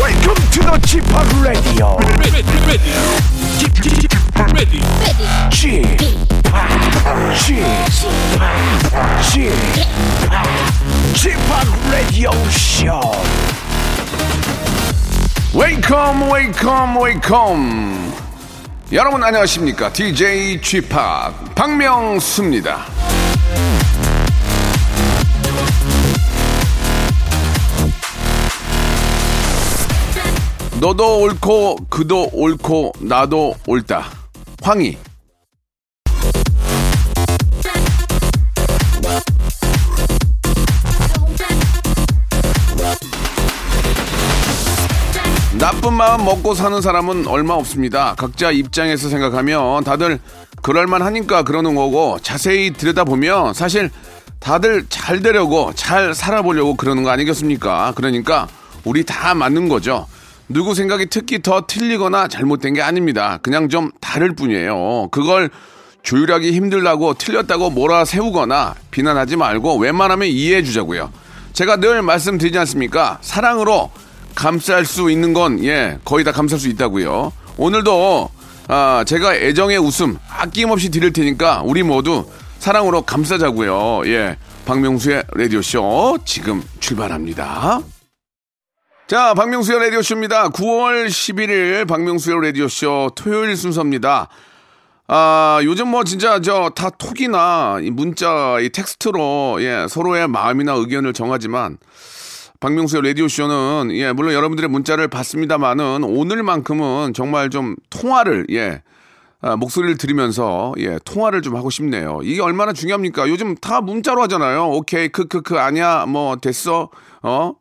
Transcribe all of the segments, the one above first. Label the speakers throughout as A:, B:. A: Welcome to the Chip Radio.
B: ready, ready, Keep- keep- keep ready,
A: Chip, Chip, Chip, Chip Radio Show. Welcome, welcome, welcome. 여러분 안녕하십니까? DJ G 팍 박명수입니다. 너도 옳고 그도 옳고 나도 옳다. 황희. 나쁜 마음 먹고 사는 사람은 얼마 없습니다. 각자 입장에서 생각하면 다들 그럴만 하니까 그러는 거고 자세히 들여다보면 사실 다들 잘 되려고 잘 살아보려고 그러는 거 아니겠습니까? 그러니까 우리 다 맞는 거죠. 누구 생각이 특히 더 틀리거나 잘못된 게 아닙니다. 그냥 좀 다를 뿐이에요. 그걸 조율하기 힘들다고 틀렸다고 몰아 세우거나 비난하지 말고 웬만하면 이해해 주자고요. 제가 늘 말씀드리지 않습니까? 사랑으로 감쌀 수 있는 건 예, 거의 다 감쌀 수 있다고요. 오늘도 아, 제가 애정의 웃음 아낌없이 드릴 테니까 우리 모두 사랑으로 감싸자고요. 예. 박명수의 라디오 쇼 지금 출발합니다. 자, 박명수의 라디오쇼입니다. 9월 11일 박명수의 라디오쇼 토요일 순서입니다. 아, 요즘 뭐 진짜 저 다 톡이나 이 문자, 이 텍스트로 예, 서로의 마음이나 의견을 정하지만 박명수의 라디오쇼는 예, 물론 여러분들의 문자를 받습니다만은 오늘만큼은 정말 좀 통화를 예, 아, 목소리를 들으면서 예, 통화를 좀 하고 싶네요. 이게 얼마나 중요합니까? 요즘 다 문자로 하잖아요. 오케이, 크크크, 아니야, 뭐 됐어, 어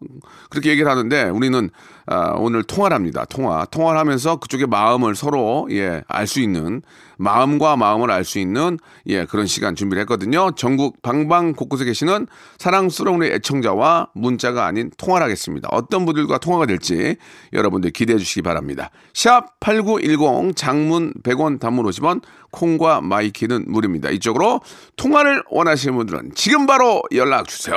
A: 그렇게 얘기를 하는데 우리는 아, 오늘 통화를 합니다. 통화, 통화를 하면서 그쪽의 마음을 서로 예, 알 수 있는 마음과 마음을 알 수 있는 예, 그런 시간 준비를 했거든요. 전국 방방 곳곳에 계시는 사랑스러운 우리 애청자와 문자가 아닌 통화를 하겠습니다. 어떤 분들과 통화가 될지 여러분들 기대해 주시기 바랍니다. 샵 8910 장문 100원 단문 50원 콩과 마이키는 무료입니다. 이쪽으로 통화를 원하시는 분들은 지금 바로 연락 주세요.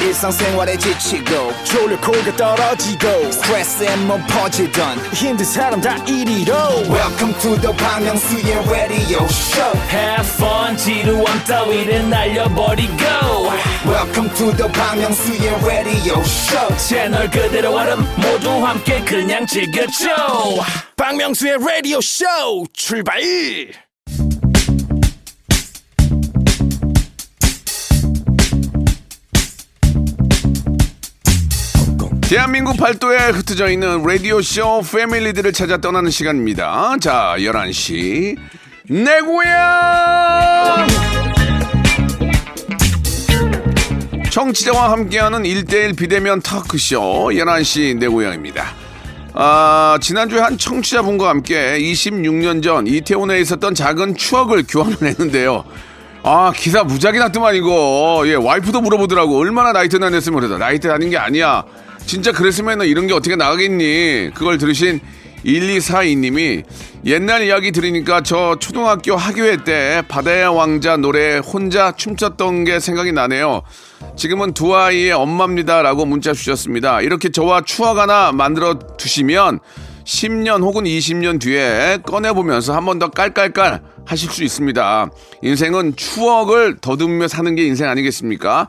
C: 일상생활에 지치고, 졸려 코가 떨어지고, 스트레스에 몸 퍼지던, 힘든 사람 다 이리로. welcome to the Bang Myung-soo's radio show
D: Have fun 지루함 따위를 날려버리고
C: welcome to the Bang Myung-soo's radio show
D: 채널 그대로 와름 모두 함께 그냥 즐겨줘
B: 박명수의 라디오 쇼 출발!
A: 대한민국 팔도에 흩어져 있는 라디오쇼 패밀리들을 찾아 떠나는 시간입니다. 자, 11시. 내 고향! 청취자와 함께하는 일대일 비대면 터크쇼 11시 내 고향입니다. 아, 지난주에 한 청취자분과 함께 26년 전 이태원에 있었던 작은 추억을 교환을 했는데요. 아, 기사 무작위 났더만 이거. 예, 와이프도 물어보더라고. 얼마나 나이트 다녔으면 그러다. 나이트 다닌 게 아니야. 진짜 그랬으면 이런 게 어떻게 나가겠니? 그걸 들으신 1242님이 옛날 이야기 들으니까 저 초등학교 학교회 때 바다의 왕자 노래 혼자 춤췄던 게 생각이 나네요. 지금은 두 아이의 엄마입니다. 라고 문자 주셨습니다. 이렇게 저와 추억 하나 만들어 두시면 10년 혹은 20년 뒤에 꺼내보면서 한 번 더 깔깔깔 하실 수 있습니다. 인생은 추억을 더듬으며 사는 게 인생 아니겠습니까?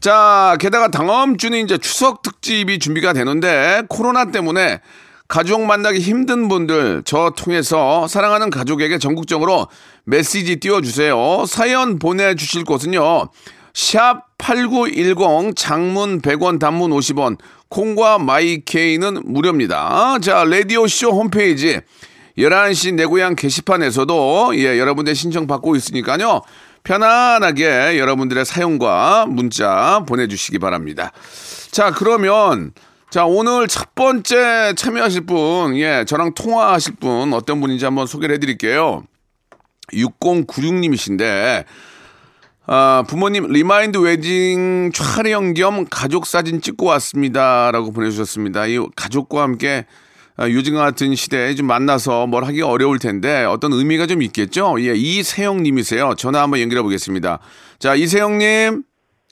A: 자, 게다가 다음 주는 이제 추석 특집이 준비가 되는데 코로나 때문에 가족 만나기 힘든 분들 저 통해서 사랑하는 가족에게 전국적으로 메시지 띄워주세요. 사연 보내주실 곳은요. 샵 8910 장문 100원 단문 50원 콩과 마이케이는 무료입니다. 자, 라디오쇼 홈페이지 11시 내 고향 게시판에서도 예, 여러분들 신청 받고 있으니까요. 편안하게 여러분들의 사연과 문자 보내주시기 바랍니다. 자, 그러면 자, 오늘 첫 번째 참여하실 분, 예, 저랑 통화하실 분 어떤 분인지 한번 소개를 해드릴게요. 6096님이신데, 아, 부모님 리마인드 웨딩 촬영 겸 가족 사진 찍고 왔습니다라고 보내주셨습니다. 이 가족과 함께 아, 요즘 같은 시대에 좀 만나서 뭘 하기 어려울 텐데 어떤 의미가 좀 있겠죠? 예, 이세영님이세요. 전화 한번 연결해 보겠습니다. 자, 이세영님,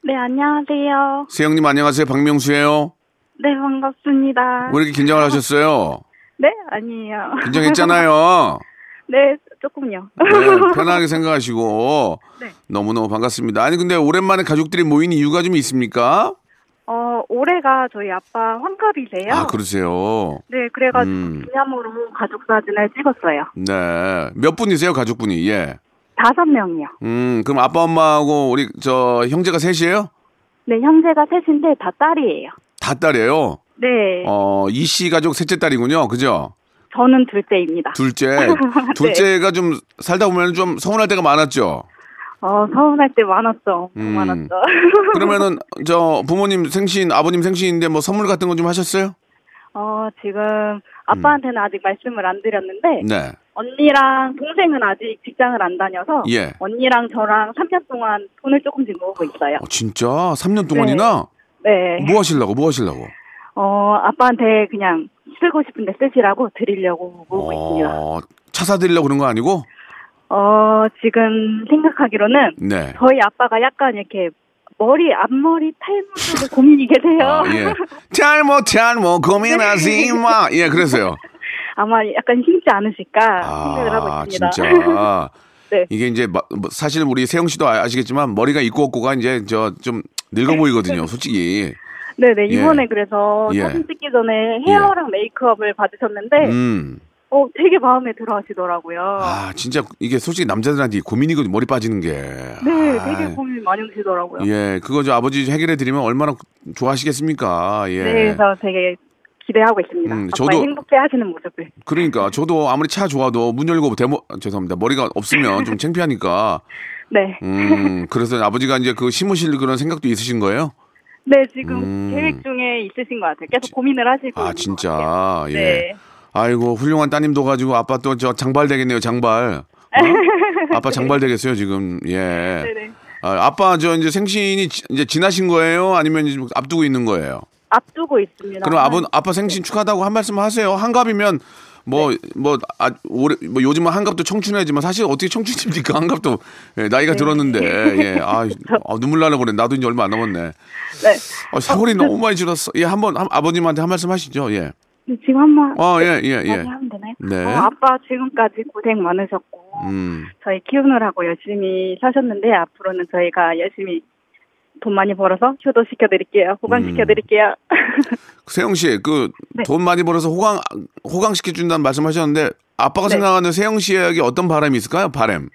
E: 네, 안녕하세요.
A: 세영님 안녕하세요. 박명수예요.
F: 네, 반갑습니다.
A: 왜 이렇게 긴장을 하셨어요?
F: 네, 아니에요.
A: 긴장했잖아요.
F: 네, 조금요.
A: 네, 편하게 생각하시고
F: 네.
A: 너무너무 반갑습니다. 아니 근데 오랜만에 가족들이 모인 이유가 좀 있습니까?
F: 어, 올해가 저희 아빠 환갑이세요.
A: 아 그러세요.
F: 네, 그래가지고
A: 음.
F: 기념으로 가족 사진을 찍었어요.
A: 네. 몇 분이세요 가족분이? 예.
F: 다섯 명이요.
A: 음 그럼 아빠 엄마하고 우리 저 형제가 셋이에요?
F: 네, 형제가 셋인데 다 딸이에요.
A: 다 딸이에요.
F: 네,
A: 어이 씨 가족 셋째 딸이군요. 그죠?
F: 저는 둘째입니다.
A: 둘째. 둘째가 좀 살다 보면 좀 서운할 때가 많았죠.
F: 어, 서운할 때 많았죠. 엄청
A: 음.
F: 많았죠.
A: 그러면은 저 부모님 생신, 아버님 생신인데 뭐 선물 같은 거 좀 하셨어요?
F: 어, 지금 아빠한테는 아직 말씀을 안 드렸는데,
A: 네.
F: 언니랑 동생은 아직 직장을 안 다녀서,
A: 예.
F: 언니랑 저랑 3년 동안 돈을 조금씩 모으고 있어요.
A: 어, 진짜 3년 동안이나
F: 네.
A: 뭐 하시려고 뭐 하시려고?
F: 어, 아빠한테 그냥 쓰고 싶은데 쓰시라고 드리려고 모으고 있습니다.
A: 어, 차 사드리려고 그런 거 아니고?
F: 어, 지금 생각하기로는
A: 네.
F: 저희 아빠가 약간 이렇게 머리, 앞머리, 탈모 쪽에 고민이 계세요.
A: 아, 예. 잘못 잘못 고민하지 마. 예, 그래서요.
F: 아마 약간 힘지 않으실까 생각을 하고
A: 아,
F: 있습니다.
A: 진짜.
F: 네.
A: 이게 이제 마- 뭐 사실 우리 세영 씨도 아- 아시겠지만 머리가 있고 없고가 이제 저 좀
F: 네.
A: 늙어 보이거든요, 솔직히.
F: 네네, 이번에
A: 예.
F: 그래서
A: 예.
F: 사진 찍기 전에 헤어랑 메이크업을 받으셨는데,
A: 음.
F: 어, 되게 마음에 네. 들어 하시더라고요.
A: 아, 진짜 이게 솔직히 남자들한테 고민이거든요, 머리 빠지는 게.
F: 네,
A: 아,
F: 되게 고민 많이 하시더라고요.
A: 예, 그거 저 아버지 해결해 드리면 얼마나 좋아하시겠습니까? 예.
F: 네, 그래서 되게 기대하고 있습니다.
A: 음,
F: 아빠의
A: 저도-
F: 행복해 하시는 모습을.
A: 그러니까 저도 아무리 차 좋아도 문 열고 대모 아, 죄송합니다 머리가 없으면 좀 창피하니까
F: 네.
A: 음 그래서 아버지가 이제 그 심으실 그런 생각도 있으신 거예요?
F: 네, 지금
A: 음.
F: 계획 중에 있으신 것 같아요. 계속 고민을
A: 아
F: 하시고. 있는 것 같아요.
A: 진짜 예.
F: 네.
A: 아이고 훌륭한 따님도 가지고 아빠 또 저 장발 되겠네요 장발. 어? 아빠 장발 되겠어요 지금 예.
F: 네네.
A: 아, 아빠 저 이제 생신이 지- 이제 지나신 거예요? 아니면 이제 뭐 앞두고 있는 거예요?
F: 앞두고 있습니다.
A: 그럼 아버 아빠 생신 축하하다고 한 말씀 하세요. 한갑이면 뭐 뭐 아, 올해 뭐 요즘은 한갑도 청춘이지만 사실 어떻게 청춘입니까? 한갑도 예, 나이가 들었는데 예. 아, 아, 눈물 나려 그래. 나도 이제 얼마 안 남았네.
F: 네.
A: 아, 세월이 너무 많이 지났어. 예, 한번 한- 아버님한테 한 말씀 하시죠. 예.
F: 네, 지금 한번
A: 어, 예, 예,
F: 다시
A: 예.
F: 하면 되나요?
A: 네.
F: 어, 아빠 지금까지 고생 많으셨고
A: 음.
F: 저희 키우느라고 열심히 사셨는데 앞으로는 저희가 열심히 돈 많이 벌어서 효도 시켜드릴게요.
A: 음.
F: 보강시켜드릴게요.
A: 세영 씨, 그 돈
F: 네.
A: 많이 벌어서 호강 호강 시켜 준다는 말씀하셨는데 아빠가
F: 네.
A: 생각하는 세영 씨에게 어떤 바람이 있을까요? 바람.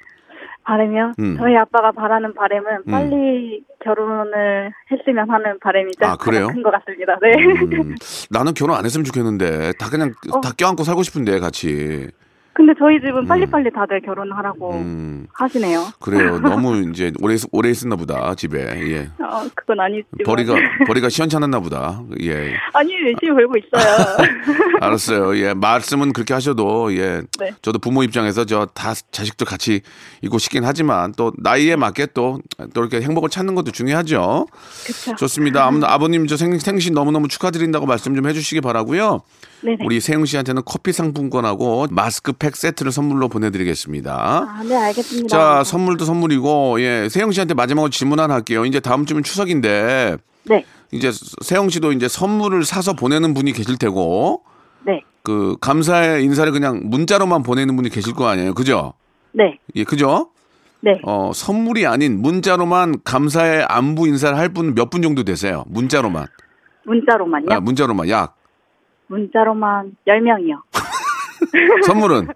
F: 바람이요?
A: 음.
F: 저희 아빠가 바라는 바람은 빨리 결혼을 했으면 하는 바람이
A: 아, 그래요?
F: 큰것 같습니다. 네.
A: 음, 나는 결혼 안 했으면 좋겠는데 다 그냥
F: 어.
A: 다 껴안고 살고 싶은데 같이.
F: 근데 저희 집은 빨리빨리 다들 결혼하라고
A: 음,
F: 하시네요.
A: 그래요. 너무 이제 오래 있- 오래 있었나 보다 집에. 예.
F: 어, 그건 아니지만.
A: 버리가 버리가 시원찮았나 보다. 예.
F: 아니, 열심히 벌고 있어요.
A: 알았어요. 예. 말씀은 그렇게 하셔도 예.
F: 네.
A: 저도 부모 입장에서 저 다 자식들 같이 있고 싶긴 하지만 또 나이에 맞게 또 또 이렇게 행복을 찾는 것도 중요하죠.
F: 그쵸.
A: 좋습니다. 아무- 아버님 저 생, 생신 너무너무 축하드린다고 말씀 좀 해주시기 바라고요.
F: 네네.
A: 우리 세영 씨한테는 커피 상품권하고 마스크팩 세트를 선물로 보내드리겠습니다.
F: 아, 네, 알겠습니다.
A: 자, 선물도 선물이고, 예, 세영 씨한테 마지막으로 질문 하나 할게요. 이제 다음 주면 추석인데,
F: 네,
A: 이제 세영 씨도 이제 선물을 사서 보내는 분이 계실 테고,
F: 네,
A: 그, 감사의 인사를 그냥 문자로만 보내는 분이 계실 거 아니에요. 그죠?
F: 네,
A: 예, 그죠?
F: 네.
A: 어, 선물이 아닌 문자로만 감사의 안부 인사를 할 분 몇 분 정도 되세요? 문자로만.
F: 문자로만요?
A: 아, 문자로만. 약.
F: 문자로만 10명이요.
A: 선물은?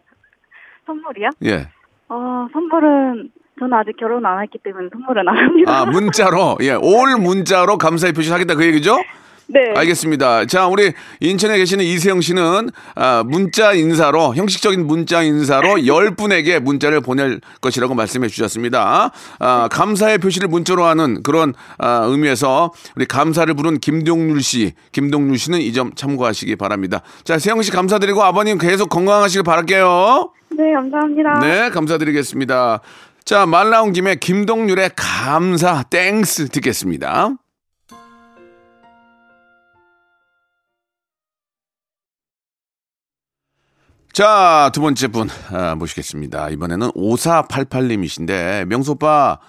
F: 선물이요?
A: 예.
F: 어, 선물은, 저는 아직 결혼 안 했기 때문에 선물은 안 합니다.
A: 아, 문자로. 예, 올 문자로 감사의 표시를 하겠다 그 얘기죠?
F: 네.
A: 알겠습니다. 자, 우리 인천에 계시는 이세영 씨는 아, 문자 인사로 형식적인 문자 인사로 열 분에게 문자를 보낼 것이라고 말씀해 주셨습니다. 아, 감사의 표시를 문자로 하는 그런 아, 의미에서 우리 감사를 부른 김동률 씨, 김동률 씨는 이 점 참고하시기 바랍니다. 자, 세영 씨 감사드리고 아버님 계속 건강하시길 바랄게요.
F: 네, 감사합니다.
A: 네, 감사드리겠습니다. 자, 말 나온 김에 김동률의 감사 땡스 듣겠습니다. 자, 두 번째 분 아, 모시겠습니다. 이번에는 5488님이신데 명소빠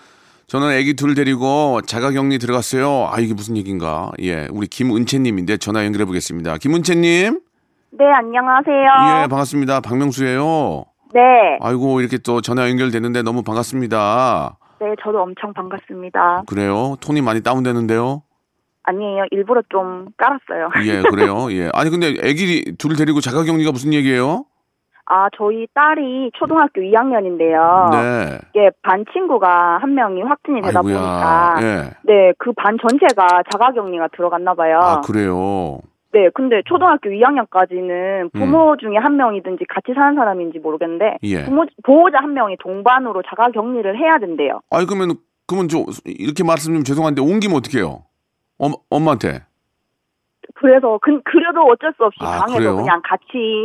A: 저는 아기 둘 데리고 자가격리 들어갔어요. 아 이게 무슨 얘기인가? 예, 우리 김은채님인데 전화 연결해 보겠습니다. 김은채님,
F: 네, 안녕하세요.
A: 예 반갑습니다. 박명수예요.
F: 네,
A: 아이고 이렇게 또 전화 연결됐는데 너무 반갑습니다.
F: 네, 저도 엄청 반갑습니다.
A: 그래요? 톤이 많이 다운되는데요.
F: 아니에요, 일부러 좀 깔았어요.
A: 예, 그래요. 예. 아니 근데 아기 둘 데리고 자가격리가 무슨 얘기예요?
F: 아, 저희 딸이 초등학교 2학년인데요.
A: 네.
F: 이게 반 친구가 한 명이 확진이 되다
A: 아이고야.
F: 보니까
A: 예.
F: 네, 그 반 전체가 자가격리가 들어갔나 봐요.
A: 아 그래요.
F: 네, 근데 초등학교
A: 음.
F: 2학년까지는 부모 중에 한 명이든지 같이 사는 사람인지 모르겠는데
A: 예.
F: 부모 보호자 한 명이 동반으로 자가격리를 해야 된대요.
A: 아니 그러면 그러면 저 이렇게 말씀 좀 죄송한데 옮기면 어떡해요? 엄, 엄마한테.
F: 그래서 그, 그래도 어쩔 수 없이
A: 아, 그래요?
F: 방에서 그냥 같이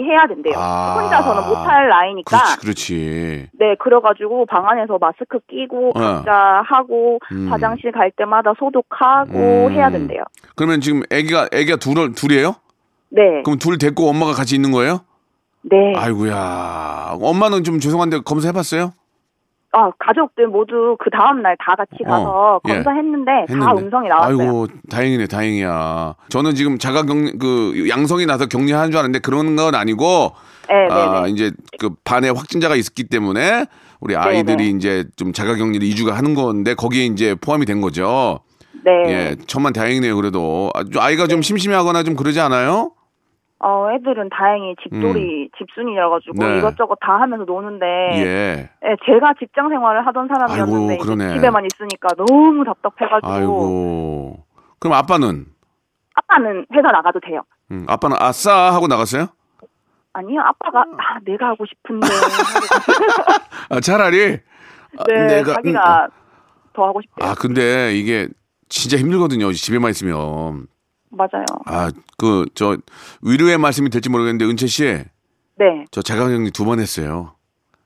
F: 해야 된대요.
A: 아.
F: 혼자서는 못할 나이니까.
A: 그렇지, 그렇지.
F: 네, 그래가지고 방 안에서 마스크 끼고
A: 어.
F: 각자 하고
A: 음.
F: 화장실 갈 때마다 소독하고
A: 음.
F: 해야 된대요.
A: 그러면 지금 아기가 아기가 둘 둘이에요?
F: 네,
A: 그럼 둘 데리고 엄마가 같이 있는 거예요?
F: 네.
A: 아이고야. 엄마는 좀 죄송한데 검사해 봤어요?
F: 아 가족들 모두 그 다음 날 다 같이 가서
A: 예.
F: 검사했는데 다 음성이 나왔어요.
A: 아이고, 다행이네, 다행이야. 저는 지금 자가 격리 그 양성이 나서 격리하는 줄 알았는데 그런 건 아니고
F: 네,
A: 아,
F: 네, 네.
A: 이제 그 반에 확진자가 있었기 때문에 우리 아이들이
F: 네.
A: 이제 좀 자가 격리를 2주가 하는 건데 거기에 이제 포함이 된 거죠.
F: 네.
A: 예, 천만 다행이네요, 그래도. 아, 좀 아이가 좀 심심해하거나 좀 그러지 않아요?
F: 어, 애들은 다행히 집돌이, 집순이여가지고
A: 음. 네.
F: 이것저것 다 하면서 노는데
A: 예.
F: 예, 제가 직장 생활을 하던 사람이었는데
A: 아이고, 그러네.
F: 이제 집에만 있으니까 너무 답답해가지고
A: 아이고. 그럼 아빠는?
F: 아빠는 회사 나가도 돼요.
A: 음, 아빠는 아싸 하고 나갔어요?
F: 아니요, 아빠가 아 내가 하고 싶은데
A: 아, 차라리. 아,
F: 네,
A: 내가-
F: 자기가 더 하고 싶대요.
A: 아, 근데 이게 진짜 힘들거든요. 집에만 있으면.
F: 맞아요.
A: 아, 그, 저, 위로의 말씀이 될지 모르겠는데, 은채 씨,
F: 네,
A: 저 자가격리 두 번 했어요.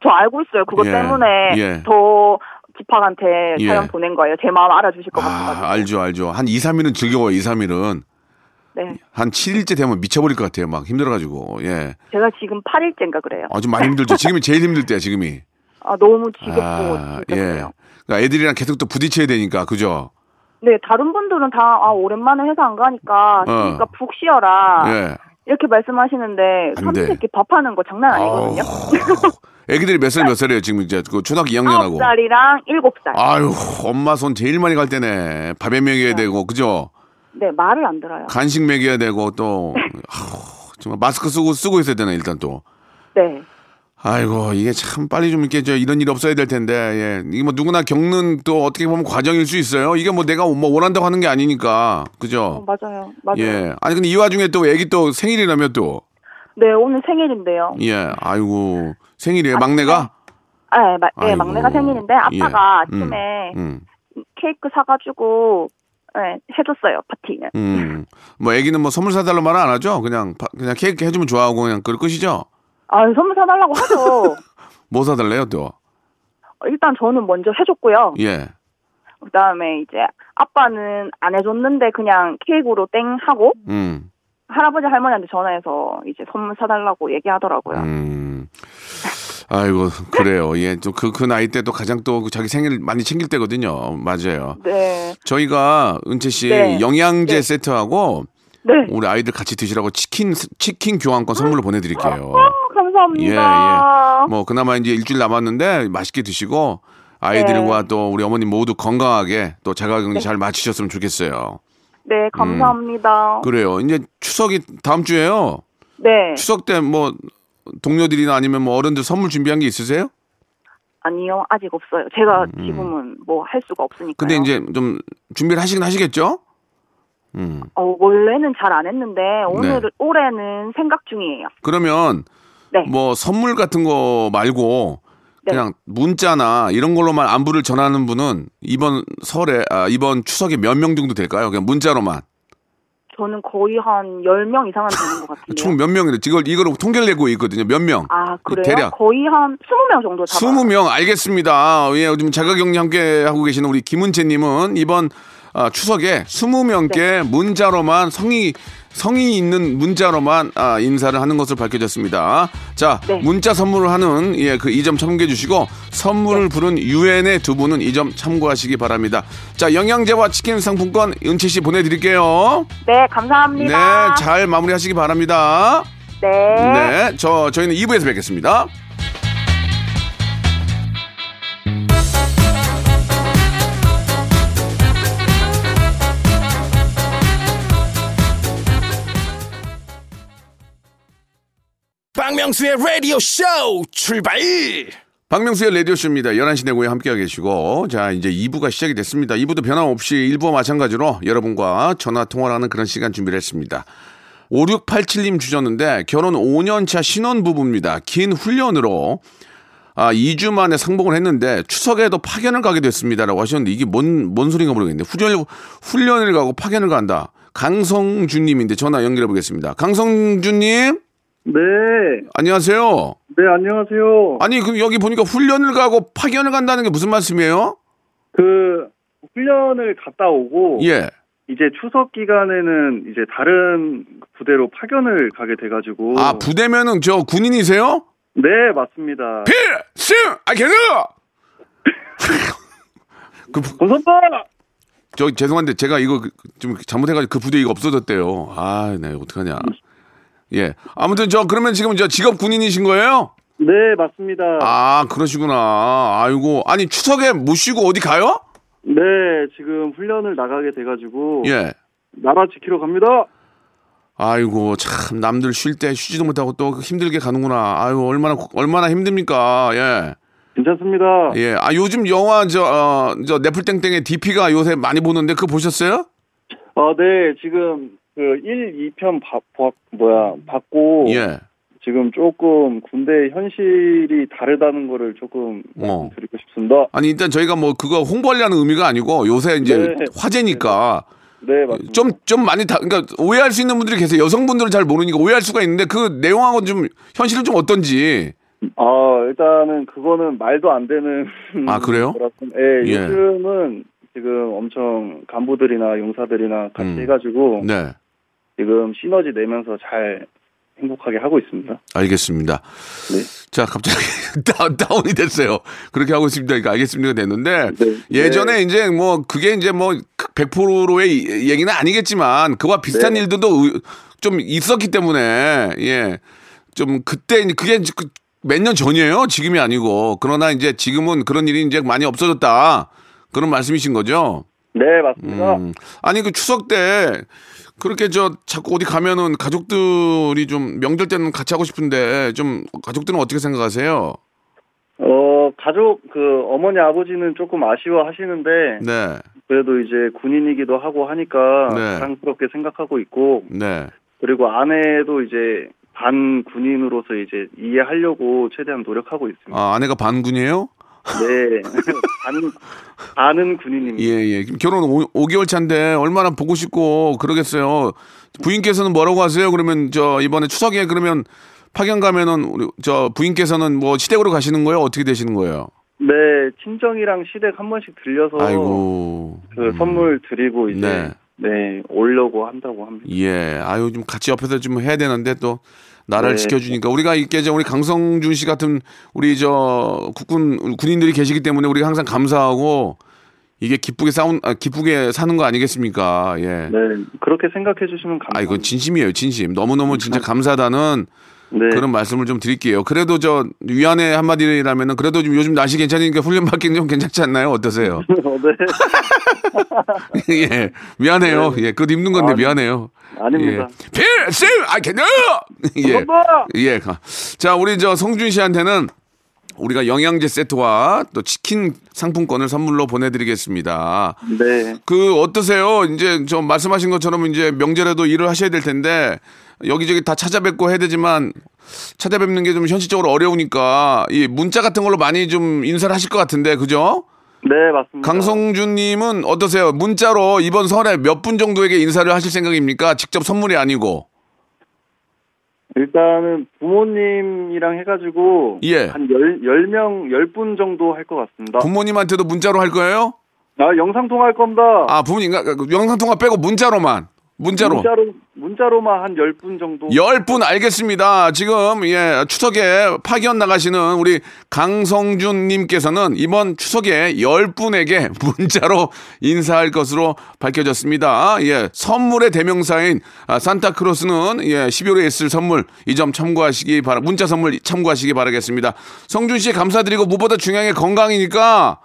F: 저 알고 있어요. 그것
A: 예,
F: 때문에
A: 예.
F: 더 집학한테
A: 예.
F: 사연 보낸 거예요. 제 마음 알아주실 것 같아가지고.
A: 아, 알죠, 알죠. 한 2, 3일은 즐겨워요, 2, 3일은.
F: 네,
A: 한 7일째 되면 미쳐버릴 것 같아요. 막 힘들어가지고, 예.
F: 제가 지금 8일째인가 그래요.
A: 아주 많이 힘들죠. 지금이 제일 힘들 때야, 지금이.
F: 아 너무 지겹고
A: 아,
F: 진짜
A: 예.
F: 그래요.
A: 그러니까 애들이랑 계속 또 부딪혀야 되니까, 그죠?
F: 네, 다른 분들은 다, 아, 오랜만에 회사 안 가니까, 그러니까 푹 쉬어라.
A: 어. 예.
F: 이렇게 말씀하시는데,
A: 안 돼.
F: 삼시세끼 밥하는 거 장난 아니거든요?
A: 애기들이 몇 살, 몇 살이에요, 지금 이제, 그 초등학교 2학년하고.
F: 9살이랑 7살.
A: 아유, 엄마 손 제일 많이 갈 때네. 밥에 먹여야 되고, 그죠?
F: 네, 말을 안 들어요.
A: 간식 먹여야 되고, 또, 아우, 정말 마스크 쓰고, 쓰고 있어야 되나, 일단 또.
F: 네.
A: 아이고, 이게 참 빨리 좀 이렇게 저 이런 일 없어야 될 텐데, 예. 이게 뭐 누구나 겪는 또 어떻게 보면 과정일 수 있어요. 이게 뭐 내가 뭐 원한다고 하는 게 아니니까.
F: 어,
A: 그죠?
F: 맞아요. 맞아요.
A: 예. 아니, 근데 이 와중에 또 애기 또 생일이라며 또.
F: 네, 오늘 생일인데요.
A: 예. 아이고, 생일이에요. 막내가?
F: 아, 마, 네,
A: 아이고.
F: 막내가 생일인데,
A: 예.
F: 아빠가
A: 음,
F: 아침에
A: 음,
F: 케이크 사가지고, 네, 해줬어요, 파티는.
A: 음. 뭐 애기는 뭐 선물 사달라고 말안 하죠? 그냥, 바- 그냥 케이크 해주면 좋아하고 그냥 그걸 끝이죠?
F: 아, 선물 사달라고 하죠.
A: 뭐 사달래요, 또?
F: 어, 일단 저는 먼저 해줬고요.
A: 예.
F: 그 다음에 이제, 아빠는 안 해줬는데, 그냥 케이크로 땡 하고,
A: 음.
F: 할아버지 할머니한테 전화해서 이제 선물 사달라고 얘기하더라고요.
A: 음. 아이고, 그래요. 예. 좀 그, 그 나이 때 또 가장 또 자기 생일 많이 챙길 때거든요. 맞아요.
F: 네,
A: 저희가 은채 씨
F: 네.
A: 영양제 세트하고
F: 네.
A: 우리 아이들 같이 드시라고 치킨, 치킨 교환권 선물로 보내드릴게요. 예,
F: 어, 감사합니다.
A: 뭐, 그나마 이제 일주일 남았는데 맛있게 드시고
F: 네.
A: 아이들과 또 우리 어머님 모두 건강하게 또 자가격리 잘 마치셨으면 좋겠어요.
F: 네, 감사합니다.
A: 그래요. 이제 추석이 다음 주에요.
F: 네,
A: 추석 때 뭐 동료들이나 아니면 뭐 어른들 선물 준비한 게 있으세요?
F: 아니요, 아직 없어요. 제가 지금은 뭐 할 수가 없으니까.
A: 근데 이제 좀 준비를 하시긴 하시겠죠? 음.
F: 어, 원래는 잘 안 했는데 오늘 올해는 생각 중이에요.
A: 그러면
F: 네.
A: 뭐 선물 같은 거 말고
F: 네.
A: 그냥 문자나 이런 걸로만 안부를 전하는 분은 이번 설에 아 이번 추석에 몇 명 정도 될까요? 그냥 문자로만
F: 저는 거의 한 10명 이상은 되는 것 같은데.
A: 총 몇 명이래? 이걸 이걸 통계를 내고 있거든요. 몇 명?
F: 네. 아, 그래요?
A: 대략.
F: 거의 한 20명 정도 잡아요.
A: 20명 알겠습니다. 예, 요즘 자가격리 함께 하고 계시는 우리 김은채님은 이번 아, 추석에 20명께
F: 네.
A: 문자로만 성의 성의 있는 문자로만 아, 인사를 하는 것으로 밝혀졌습니다. 자,
F: 네.
A: 문자 선물을 하는 예, 그 이 점 참고해 주시고
F: 네.
A: 선물을 부른 유엔의 두 분은 이 점 참고하시기 바랍니다. 자, 영양제와 치킨 상품권 은채 씨 보내 드릴게요.
F: 네, 감사합니다.
A: 네, 잘 마무리하시기 바랍니다.
F: 네.
A: 네, 저 저희는 2부에서 뵙겠습니다.
B: 박명수의 라디오 쇼 출발
A: 박명수의 라디오쇼입니다. 11시 네 내고에 함께하고 계시고, 자, 이제 2부가 시작이 됐습니다. 2부도 변함없이 1부와 마찬가지로 여러분과 전화통화를 하는 그런 시간 준비를 했습니다. 5687님 주셨는데, 결혼 5년차 신혼부부입니다. 긴 훈련으로, 아, 2주 만에 상봉을 했는데, 추석에도 파견을 가게 됐습니다라고 하셨는데, 이게 뭔, 뭔 소린가 모르겠는데, 훈련, 훈련을 가고 파견을 간다. 강성준님인데, 전화 연결해 보겠습니다. 강성준님,
G: 네,
A: 안녕하세요.
G: 네, 안녕하세요.
A: 아니 그럼 여기 보니까 훈련을 가고 파견을 간다는 게 무슨 말씀이에요?
G: 그 훈련을 갔다 오고
A: 예.
G: 이제 추석 기간에는 이제 다른 부대로 파견을 가게 돼가지고
A: 아 부대면은 저 군인이세요?
G: 네 맞습니다.
A: 필승 아 계속.
G: 고선파
A: 저 죄송한데 제가 이거 그- 좀 잘못해가지고 그 부대 이거 없어졌대요. 아나 네, 어떡하냐. 예. 아무튼 저 그러면 지금 저 직업 군인이신 거예요?
G: 네 맞습니다.
A: 아 그러시구나. 아이고 아니 추석에 못 쉬고 어디 가요?
G: 네 지금 훈련을 나가게 돼가지고
A: 예.
G: 나라 지키러 갑니다.
A: 아이고 참 남들 쉴 때 쉬지도 못하고 또 힘들게 가는구나. 아유 얼마나 고- 얼마나 힘듭니까? 예.
G: 괜찮습니다.
A: 예, 아 요즘 영화 저, 어, 저 네플땡땡의 DP가 요새 많이 보는데 그거 보셨어요?
G: 아, 네 지금 그 1, 2편 바, 바- 뭐야 받고
A: 예.
G: 지금 조금 군대 현실이 다르다는 거를 조금
A: 어.
G: 드리고 싶습니다.
A: 아니 일단 저희가 뭐 그거 홍보하려는 의미가 아니고 요새 이제
G: 네.
A: 화제니까
G: 네 맞습니다.
A: 좀 좀 많이 다 그러니까 오해할 수 있는 분들이 계세요. 여성분들은 잘 모르니까 오해할 수가 있는데 그 내용하고 좀 현실은 좀 어떤지.
G: 아, 일단은 그거는 말도 안 되는.
A: 아, 그래요?
G: 거라서. 예,
A: 예.
G: 요즘은 지금 엄청 간부들이나 용사들이나 같이
A: 음.
G: 해가지고
A: 네.
G: 지금 시너지 내면서 잘 행복하게 하고 있습니다.
A: 알겠습니다.
G: 네.
A: 자, 갑자기 다, 다운이 됐어요. 그렇게 하고 있습니다. 그러니까 알겠습니다. 됐는데
G: 네.
A: 예전에 이제 뭐 그게 이제 뭐 100%의 얘기는 아니겠지만 그와 비슷한
G: 네.
A: 일들도 의- 좀 있었기 때문에 예. 좀 그때 이제 그게 이제 그 몇 년 전이에요. 지금이 아니고. 그러나 이제 지금은 그런 일이 이제 많이 없어졌다. 그런 말씀이신 거죠?
G: 네, 맞습니다.
A: 음. 아니 그 추석 때 그렇게 저 자꾸 어디 가면은 가족들이 좀 명절 때는 같이 하고 싶은데 좀 가족들은 어떻게 생각하세요?
G: 어, 가족, 그, 어머니, 아버지는 조금 아쉬워 하시는데,
A: 네,
G: 그래도 이제 군인이기도 하고 하니까
A: 네.
G: 자랑스럽게 생각하고 있고,
A: 네.
G: 그리고 아내도 이제 반 군인으로서 이제 이해하려고 최대한 노력하고 있습니다.
A: 아 아내가 반군이에요?
G: 네. 반, 반은 군인입니다.
A: 예, 예. 지금 결혼 오 5개월 차인데 얼마나 보고 싶고 그러겠어요. 부인께서는 뭐라고 하세요? 그러면 저 이번에 추석에 그러면 파견 가면은 우리 저 부인께서는 뭐 시댁으로 가시는 거예요? 어떻게 되시는 거예요?
G: 네, 친정이랑 시댁 한 번씩 들려서
A: 아이고.
G: 어.
A: 음.
G: 그 선물 드리고 이제
A: 네.
G: 네. 오려고 한다고 합니다.
A: 예, 아유 좀 같이 옆에서 좀 해야 되는데 또 나라를
G: 네.
A: 지켜주니까 우리가 이게 저 우리 강성준 씨 같은 우리 저 국군 우리 군인들이 계시기 때문에 우리가 항상 감사하고 이게 기쁘게 싸운 아, 기쁘게 사는 거 아니겠습니까? 예.
G: 네, 그렇게 생각해 주시면 감사합니다.
A: 아 이건 진심이에요, 진심. 너무 너무 진짜 감사하다는
G: 네.
A: 그런 말씀을 좀 드릴게요. 그래도 저 위안의 한마디라면은 그래도 좀 요즘 날씨 괜찮으니까 훈련 받기는 좀 괜찮지 않나요? 어떠세요?
G: 어, 네.
A: 예, 미안해요. 예, 그것도 힘든 건데
G: 아,
A: 미안해요.
G: 아닙니다.
A: 예. 필쌤, 아, 괜찮아! 예. 예. 가. 자, 우리 저 성준 씨한테는 우리가 영양제 세트와 또 치킨 상품권을 선물로 보내드리겠습니다.
G: 네.
A: 그 어떠세요? 이제 좀 말씀하신 것처럼 이제 명절에도 일을 하셔야 될 텐데 여기저기 다 찾아뵙고 해야 되지만 찾아뵙는 게 좀 현실적으로 어려우니까 이 문자 같은 걸로 많이 좀 인사를 하실 것 같은데 그죠?
G: 네, 맞습니다.
A: 강성준님은 어떠세요? 문자로 이번 설에 몇 분 정도에게 인사를 하실 생각입니까? 직접 선물이 아니고
G: 일단은 부모님이랑 해 가지고
A: 예.
G: 한 열 열 명 열 분 정도 할 것 같습니다.
A: 부모님한테도 문자로 할 거예요?
G: 아 영상 통화할 겁니다.
A: 아, 부모님과 그 영상통화 빼고 문자로만. 문자로.
G: 문자로 문자로만 한 10분 정도.
A: 열 분 알겠습니다. 지금 예, 추석에 파견 나가시는 우리 강성준 님께서는 이번 추석에 열 분에게 문자로 인사할 것으로 밝혀졌습니다. 예, 선물의 대명사인 아, 산타크로스는 예, 12월에 있을 선물 이 점 참고하시기 바라 문자 선물 참고하시기 바라겠습니다. 성준 씨 감사드리고 무엇보다 중요한 게 건강이니까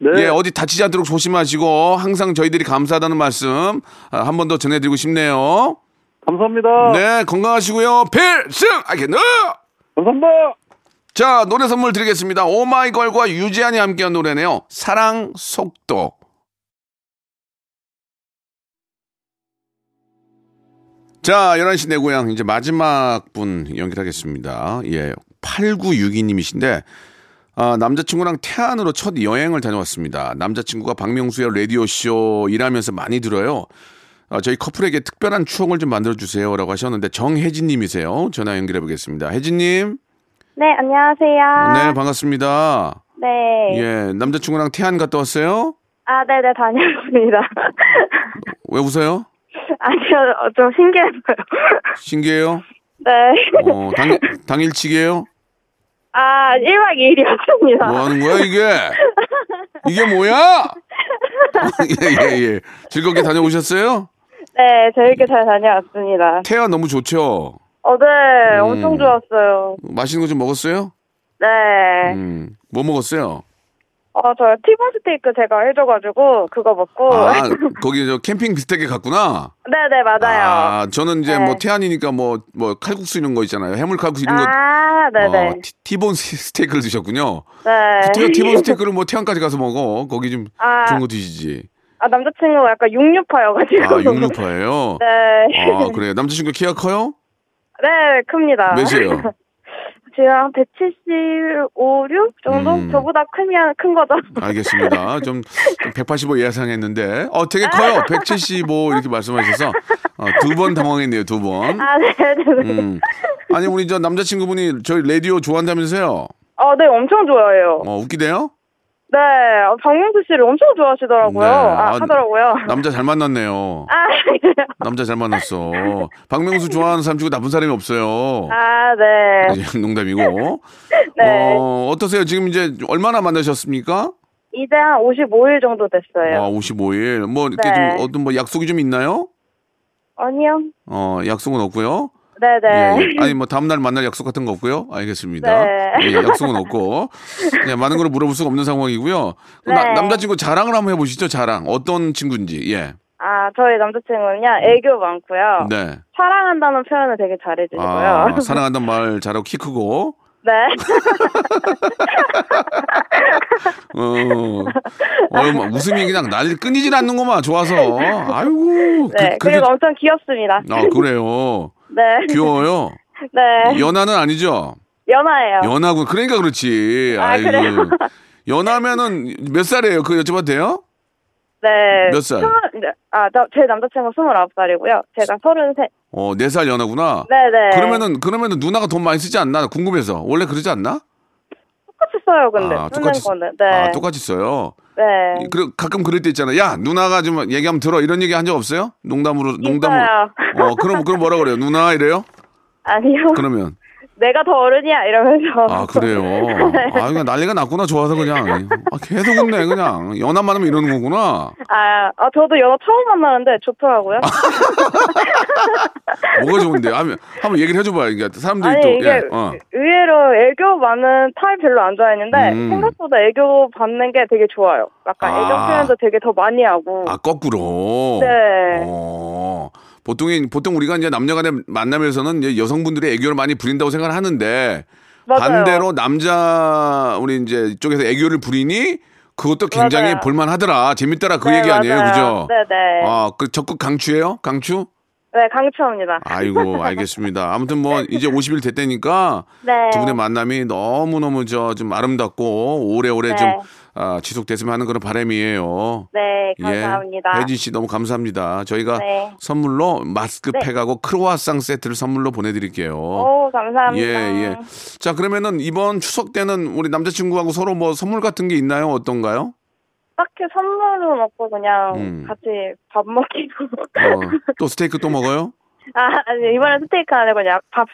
G: 네.
A: 예, 어디 다치지 않도록 조심하시고 항상 저희들이 감사하다는 말씀 아, 한 번 더 전해드리고 싶네요.
G: 감사합니다.
A: 네, 건강하시고요. 필승! 아겠노
G: 감사합니다.
A: 자, 노래 선물 드리겠습니다. 오마이걸과 유지한이 함께한 노래네요. 사랑 속도. 자, 11시 내 고향 이제 마지막 분 연결하겠습니다. 예, 8962님이신데 아, 남자친구랑 태안으로 첫 여행을 다녀왔습니다. 남자친구가 박명수의 라디오쇼 일하면서 많이 들어요. 아, 저희 커플에게 특별한 추억을 좀 만들어주세요. 라고 하셨는데, 정혜진님이세요. 전화 연결해보겠습니다. 혜진님.
F: 네, 안녕하세요.
A: 네, 반갑습니다.
F: 아. 네.
A: 예, 남자친구랑 태안 갔다 왔어요?
F: 아, 네네, 다녀왔습니다.
A: 왜 웃어요?
F: 아니요, 어, 좀 신기했어요.
A: 신기해요?
F: 네.
A: 어, 당, 당일치기예요
F: 아, 1박 2일이었습니다.
A: 뭐 하는 거야, 이게? 이게 뭐야? 예, 예, 예. 즐겁게 다녀오셨어요?
F: 네, 재밌게 잘 다녀왔습니다.
A: 태안 너무 좋죠?
F: 어, 네,
A: 음.
F: 엄청 좋았어요.
A: 맛있는 거 좀 먹었어요?
F: 네.
A: 음, 뭐 먹었어요?
F: 어, 저 티본 스테이크 제가 해줘가지고, 그거 먹고.
A: 아, 거기 저 캠핑 비슷하게 갔구나?
F: 네네, 맞아요.
A: 아, 저는 이제
F: 네.
A: 뭐 태안이니까 뭐, 뭐 칼국수 이런 거 있잖아요. 해물 칼국수 이런 거.
F: 아, 네네.
A: 어, 티- 티본 스- 스테이크를 드셨군요.
F: 네.
A: 아. 티- 티본 스테이크를 뭐 태안까지 가서 먹어. 거기 좀
F: 아.
A: 좋은 거 드시지.
F: 아, 남자친구가 약간 육류파여가지고.
A: 아, 육류파예요?
F: 네.
A: 아, 그래요. 남자친구 키가 커요?
F: 네, 큽니다.
A: 몇이에요?
F: 지금 한 175, 6 정도?
A: 음.
F: 저보다 크면 큰 거죠.
A: 알겠습니다. 좀, 좀 185 예상했는데. 어, 되게 커요. 175 이렇게 말씀하셔서. 어, 두 번 당황했네요, 두 번.
F: 아, 네네네.
A: 음. 아니, 우리 저 남자친구분이 저희 라디오 좋아한다면서요?
F: 어, 네, 엄청 좋아해요.
A: 어, 웃기대요?
F: 네, 어, 박명수 씨를 엄청 좋아하시더라고요.
A: 네,
F: 아,
A: 아,
F: 하더라고요.
A: 남자 잘 만났네요.
F: 아,
A: 남자 잘 만났어. 박명수 좋아하는 사람 중에 나쁜 사람이 없어요.
F: 아, 네.
A: 예, 농담이고.
F: 네.
A: 어, 어떠세요? 지금 이제 얼마나 만나셨습니까?
F: 이제 한 55일 정도 됐어요.
A: 아, 55일. 뭐 이렇게
F: 네.
A: 좀 어떤 뭐 약속이 좀 있나요?
F: 아니요.
A: 어, 약속은 없고요.
F: 네네.
A: 예, 예. 아니 뭐 다음 날 만날 약속 같은 거 없고요. 알겠습니다.
F: 네.
A: 예, 약속은 없고. 예, 많은 걸 물어볼 수가 없는 상황이고요. 나-
F: 네.
A: 남자친구 자랑을 한번 해보시죠. 자랑. 어떤 친구인지. 예.
F: 아, 저희 남자친구는요, 애교 많고요.
A: 네.
F: 사랑한다는 표현을 되게 잘해주고요.
A: 아, 그, 사랑한다는 말 잘하고 키 크고.
F: 네.
A: 어, 어이, 막 웃음이 그냥 날 끊이질 않는구만. 좋아서. 아이고.
F: 네.
A: 그, 그게-
F: 그리고 엄청 귀엽습니다.
A: 아, 그래요.
F: 네.
A: 귀여워요.
F: 네.
A: 연하는 아니죠?
F: 연하예요.
A: 연하고 그러니까 그렇지.
F: 아,
A: 아이고.
F: 그래요?
A: 연하면은 몇 살이에요? 그거 여쭤봐도 돼요?
F: 네.
A: 몇 살?
F: 스물- 네. 아, 저, 제 남자친구 29살이고요. 제가 33.
A: 어, 네 살 연하구나.
F: 네네.
A: 그러면은 그러면은 누나가 돈 많이 쓰지 않나 궁금해서. 원래 그러지 않나?
F: 똑같이 써요, 근데.
A: 아,
F: 쓰는
A: 똑같이 쓰-
F: 거는. 네.
A: 아, 똑같이 써요.
F: 네.
A: 그리고 가끔 그럴 때 있잖아. 야, 누나가 좀 얘기하면 들어. 이런 얘기 한 적 없어요? 농담으로 농담으로.
F: 있어요.
A: 어, 그럼 그럼 뭐라 그래요? 누나 이래요?
F: 아니요.
A: 그러면
F: 내가 더 어른이야 이러면서. 네.
A: 아 그래요. 아 그냥 난리가 났구나 좋아서 그냥 아, 계속 웃네 그냥 연하 만하면 이러는 거구나.
F: 아, 아, 저도 연어 처음 만나는데
A: 아,
F: 좋더라고요.
A: 뭐가 좋은데? 아, 한번 한번 얘기를 해줘봐요. 그러니까 사람들이
F: 아니
A: 또
F: 이게
A: 예, 어.
F: 의외로 애교 많은 타입 별로 안 좋아했는데
A: 음.
F: 생각보다 애교 받는 게 되게 좋아요. 약간
A: 아.
F: 애교 표현도 되게 더 많이 하고.
A: 아 거꾸로.
F: 네.
A: 어. 보통인 보통 우리가 이제 남녀간의 만남에서는 이제 여성분들이 애교를 많이 부린다고 생각을 하는데
F: 맞아요.
A: 반대로 남자 우리 이제 쪽에서 애교를 부리니 그것도 굉장히
F: 맞아요.
A: 볼만하더라 재밌더라 그
F: 네,
A: 얘기 아니에요
F: 맞아요.
A: 그죠?
F: 네네.
A: 아그 적극 강추예요 강추?
F: 네 강추합니다.
A: 아이고 알겠습니다. 아무튼 뭐 이제 50일 됐다니까
F: 네.
A: 두 분의 만남이 너무 너무 저 좀 아름답고 오래오래
F: 네.
A: 좀 아, 지속됐으면 하는 그런 바람이에요.
F: 네
A: 예.
F: 감사합니다.
A: 혜진 씨 너무 감사합니다. 저희가
F: 네.
A: 선물로 마스크팩하고 크로아상 세트를 선물로 보내드릴게요.
F: 오 감사합니다.
A: 예 예. 자 그러면은 이번 추석 때는 우리 남자친구하고 서로 뭐 선물 같은 게 있나요? 어떤가요?
F: 딱히 선물로 먹고 그냥
A: 음.
F: 같이 밥 먹기로.
A: 어, 또 스테이크 또 먹어요?
F: 아, 아니, 이번에 스테이크 안 하고 그냥 밥,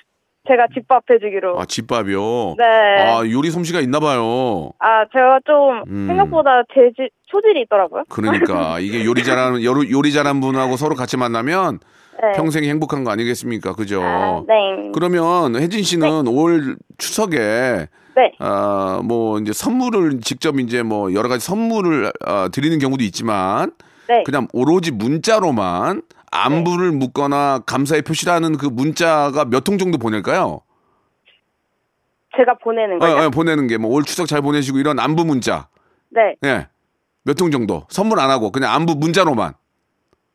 F: 제가 집밥 해주기로.
A: 아, 집밥이요?
F: 네.
A: 아, 요리 솜씨가 있나 봐요.
F: 아, 제가 좀
A: 음.
F: 생각보다 재질, 소질이 있더라고요.
A: 그러니까 이게 요리 잘하는 요리, 요리 잘한 분하고 서로 같이 만나면
F: 네.
A: 평생 행복한 거 아니겠습니까? 그죠?
F: 아, 네.
A: 그러면 혜진 씨는 올 추석에
F: 네.
A: 아, 뭐 이제 선물을 직접 이제 뭐 여러 가지 선물을 아, 드리는 경우도 있지만
F: 네.
A: 그냥 오로지 문자로만 안부를 묻거나 감사의 표시를 하는 그 문자가 몇 통 정도 보낼까요?
F: 제가 보내는
A: 어,
F: 거예요.
A: 어, 보내는 게 뭐 올 추석 잘 보내시고 이런 안부 문자.
F: 네.
A: 예. 몇 통 정도. 선물 안 하고 그냥 안부 문자로만.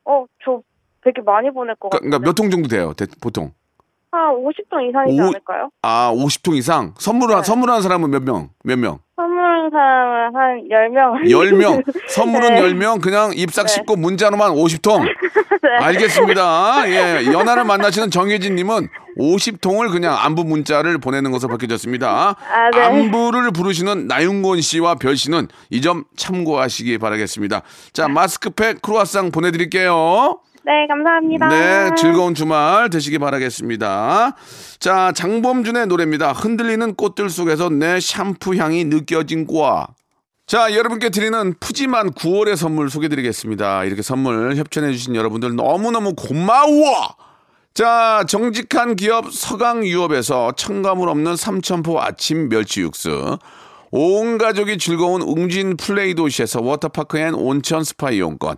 F: 어, 저 되게 많이 보낼 것 같아요.
A: 그러니까 몇 통 정도 돼요, 대- 보통?
F: 한 50통 이상이지
A: 오-
F: 않을까요?
A: 아, 50통 이상? 선물한,
F: 네.
A: 선물한 사람은 몇 명? 몇 명?
F: 선물상은 한 10명.
A: 10명. 선물은
F: 네.
A: 10명, 그냥 입싹
F: 네.
A: 씹고 문자로만 50통. 알겠습니다. 예. 연하를 만나시는 정혜진님은 50통을 그냥 안부 문자를 보내는 것으로 밝혀졌습니다.
F: 아, 네.
A: 안부를 부르시는 나윤권 씨와 별 씨는 이 점 참고하시기 바라겠습니다. 자, 마스크팩 크로아상 보내드릴게요.
F: 네, 감사합니다.
A: 네, 즐거운 주말 되시기 바라겠습니다. 자, 장범준의 노래입니다. 흔들리는 꽃들 속에서 내 샴푸 향이 느껴진 꼬아. 자, 여러분께 드리는 푸짐한 9월의 선물 소개드리겠습니다. 이렇게 선물 협찬해주신 여러분들 너무너무 고마워! 자, 정직한 기업 서강유업에서 첨가물 없는 삼천포 아침 멸치 육수. 온 가족이 즐거운 웅진 플레이 도시에서 워터파크 앤 온천 스파 이용권.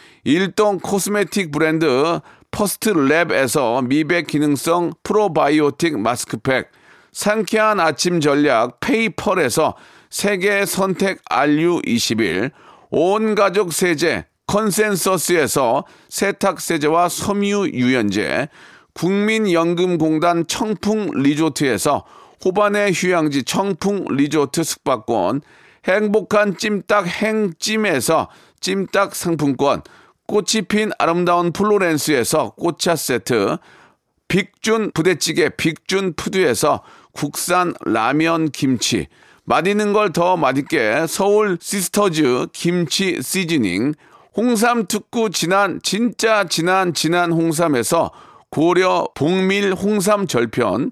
A: 일동 코스메틱 브랜드 퍼스트랩에서 미백 기능성 프로바이오틱 마스크팩, 상쾌한 아침 전략 페이펄에서 세계 선택 알류 21, 온 가족 세제 컨센서스에서 세탁 세제와 섬유 유연제, 국민연금공단 청풍 리조트에서 호반의 휴양지 청풍 리조트 숙박권, 행복한 찜닭 행찜에서 찜닭 상품권, 꽃이 핀 아름다운 플로렌스에서 꽃차 세트, 빅준 부대찌개 빅준 푸드에서 국산 라면 김치 맛있는 걸 더 맛있게 서울 시스터즈 김치 시즈닝 홍삼 특구 진한 진짜 진한 진한 홍삼에서 고려 복밀 홍삼 절편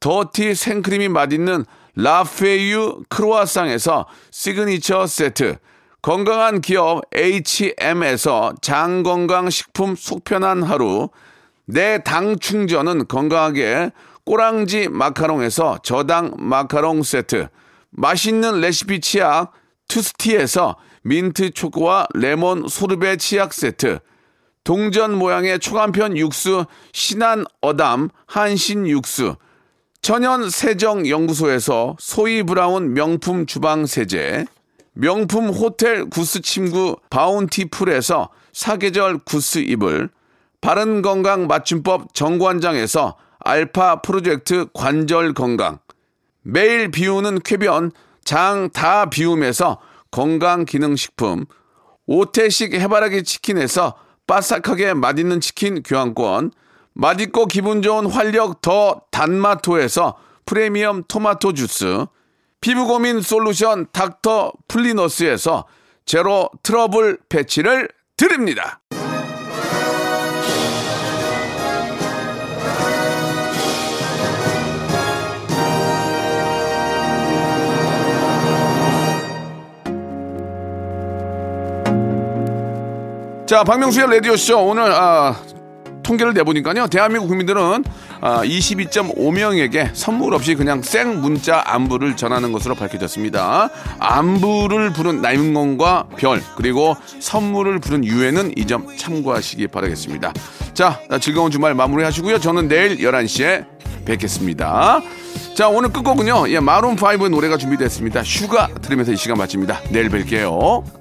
A: 더티 생크림이 맛있는 라페유 크로아상에서 시그니처 세트 건강한 기업 HM에서 장건강식품 속편한 하루 내 당 충전은 건강하게 꼬랑지 마카롱에서 저당 마카롱 세트 맛있는 레시피 치약 투스티에서 민트 초코와 레몬 소르베 치약 세트 동전 모양의 초간편 육수 신한 어담 한신 육수 천연 세정 연구소에서 소이 브라운 명품 주방 세제, 명품 호텔 구스 침구 바운티풀에서 사계절 구스 이불, 바른 건강 맞춤법 정관장에서 알파 프로젝트 관절 건강, 매일 비우는 쾌변 장 다 비움에서 건강 기능 식품, 오태식 해바라기 치킨에서 바삭하게 맛있는 치킨 교환권, 맛있고 기분 좋은 활력 더 단마토에서 프리미엄 토마토 주스, 피부 고민 솔루션 닥터 플리너스에서 제로 트러블 패치를 드립니다. 자, 박명수의 라디오쇼. 오늘, 아, 통계를 내보니까요. 대한민국 국민들은 아, 22.5명에게 선물 없이 그냥 생 문자 안부를 전하는 것으로 밝혀졌습니다. 안부를 부른 남건과 별, 그리고 선물을 부른 유해는 이 점 참고하시기 바라겠습니다. 자, 즐거운 주말 마무리 하시고요. 저는 내일 11시에 뵙겠습니다. 자, 오늘 끝곡은요. 예, 마룬5의 노래가 준비됐습니다. 슈가 들으면서 이 시간 마칩니다. 내일 뵐게요.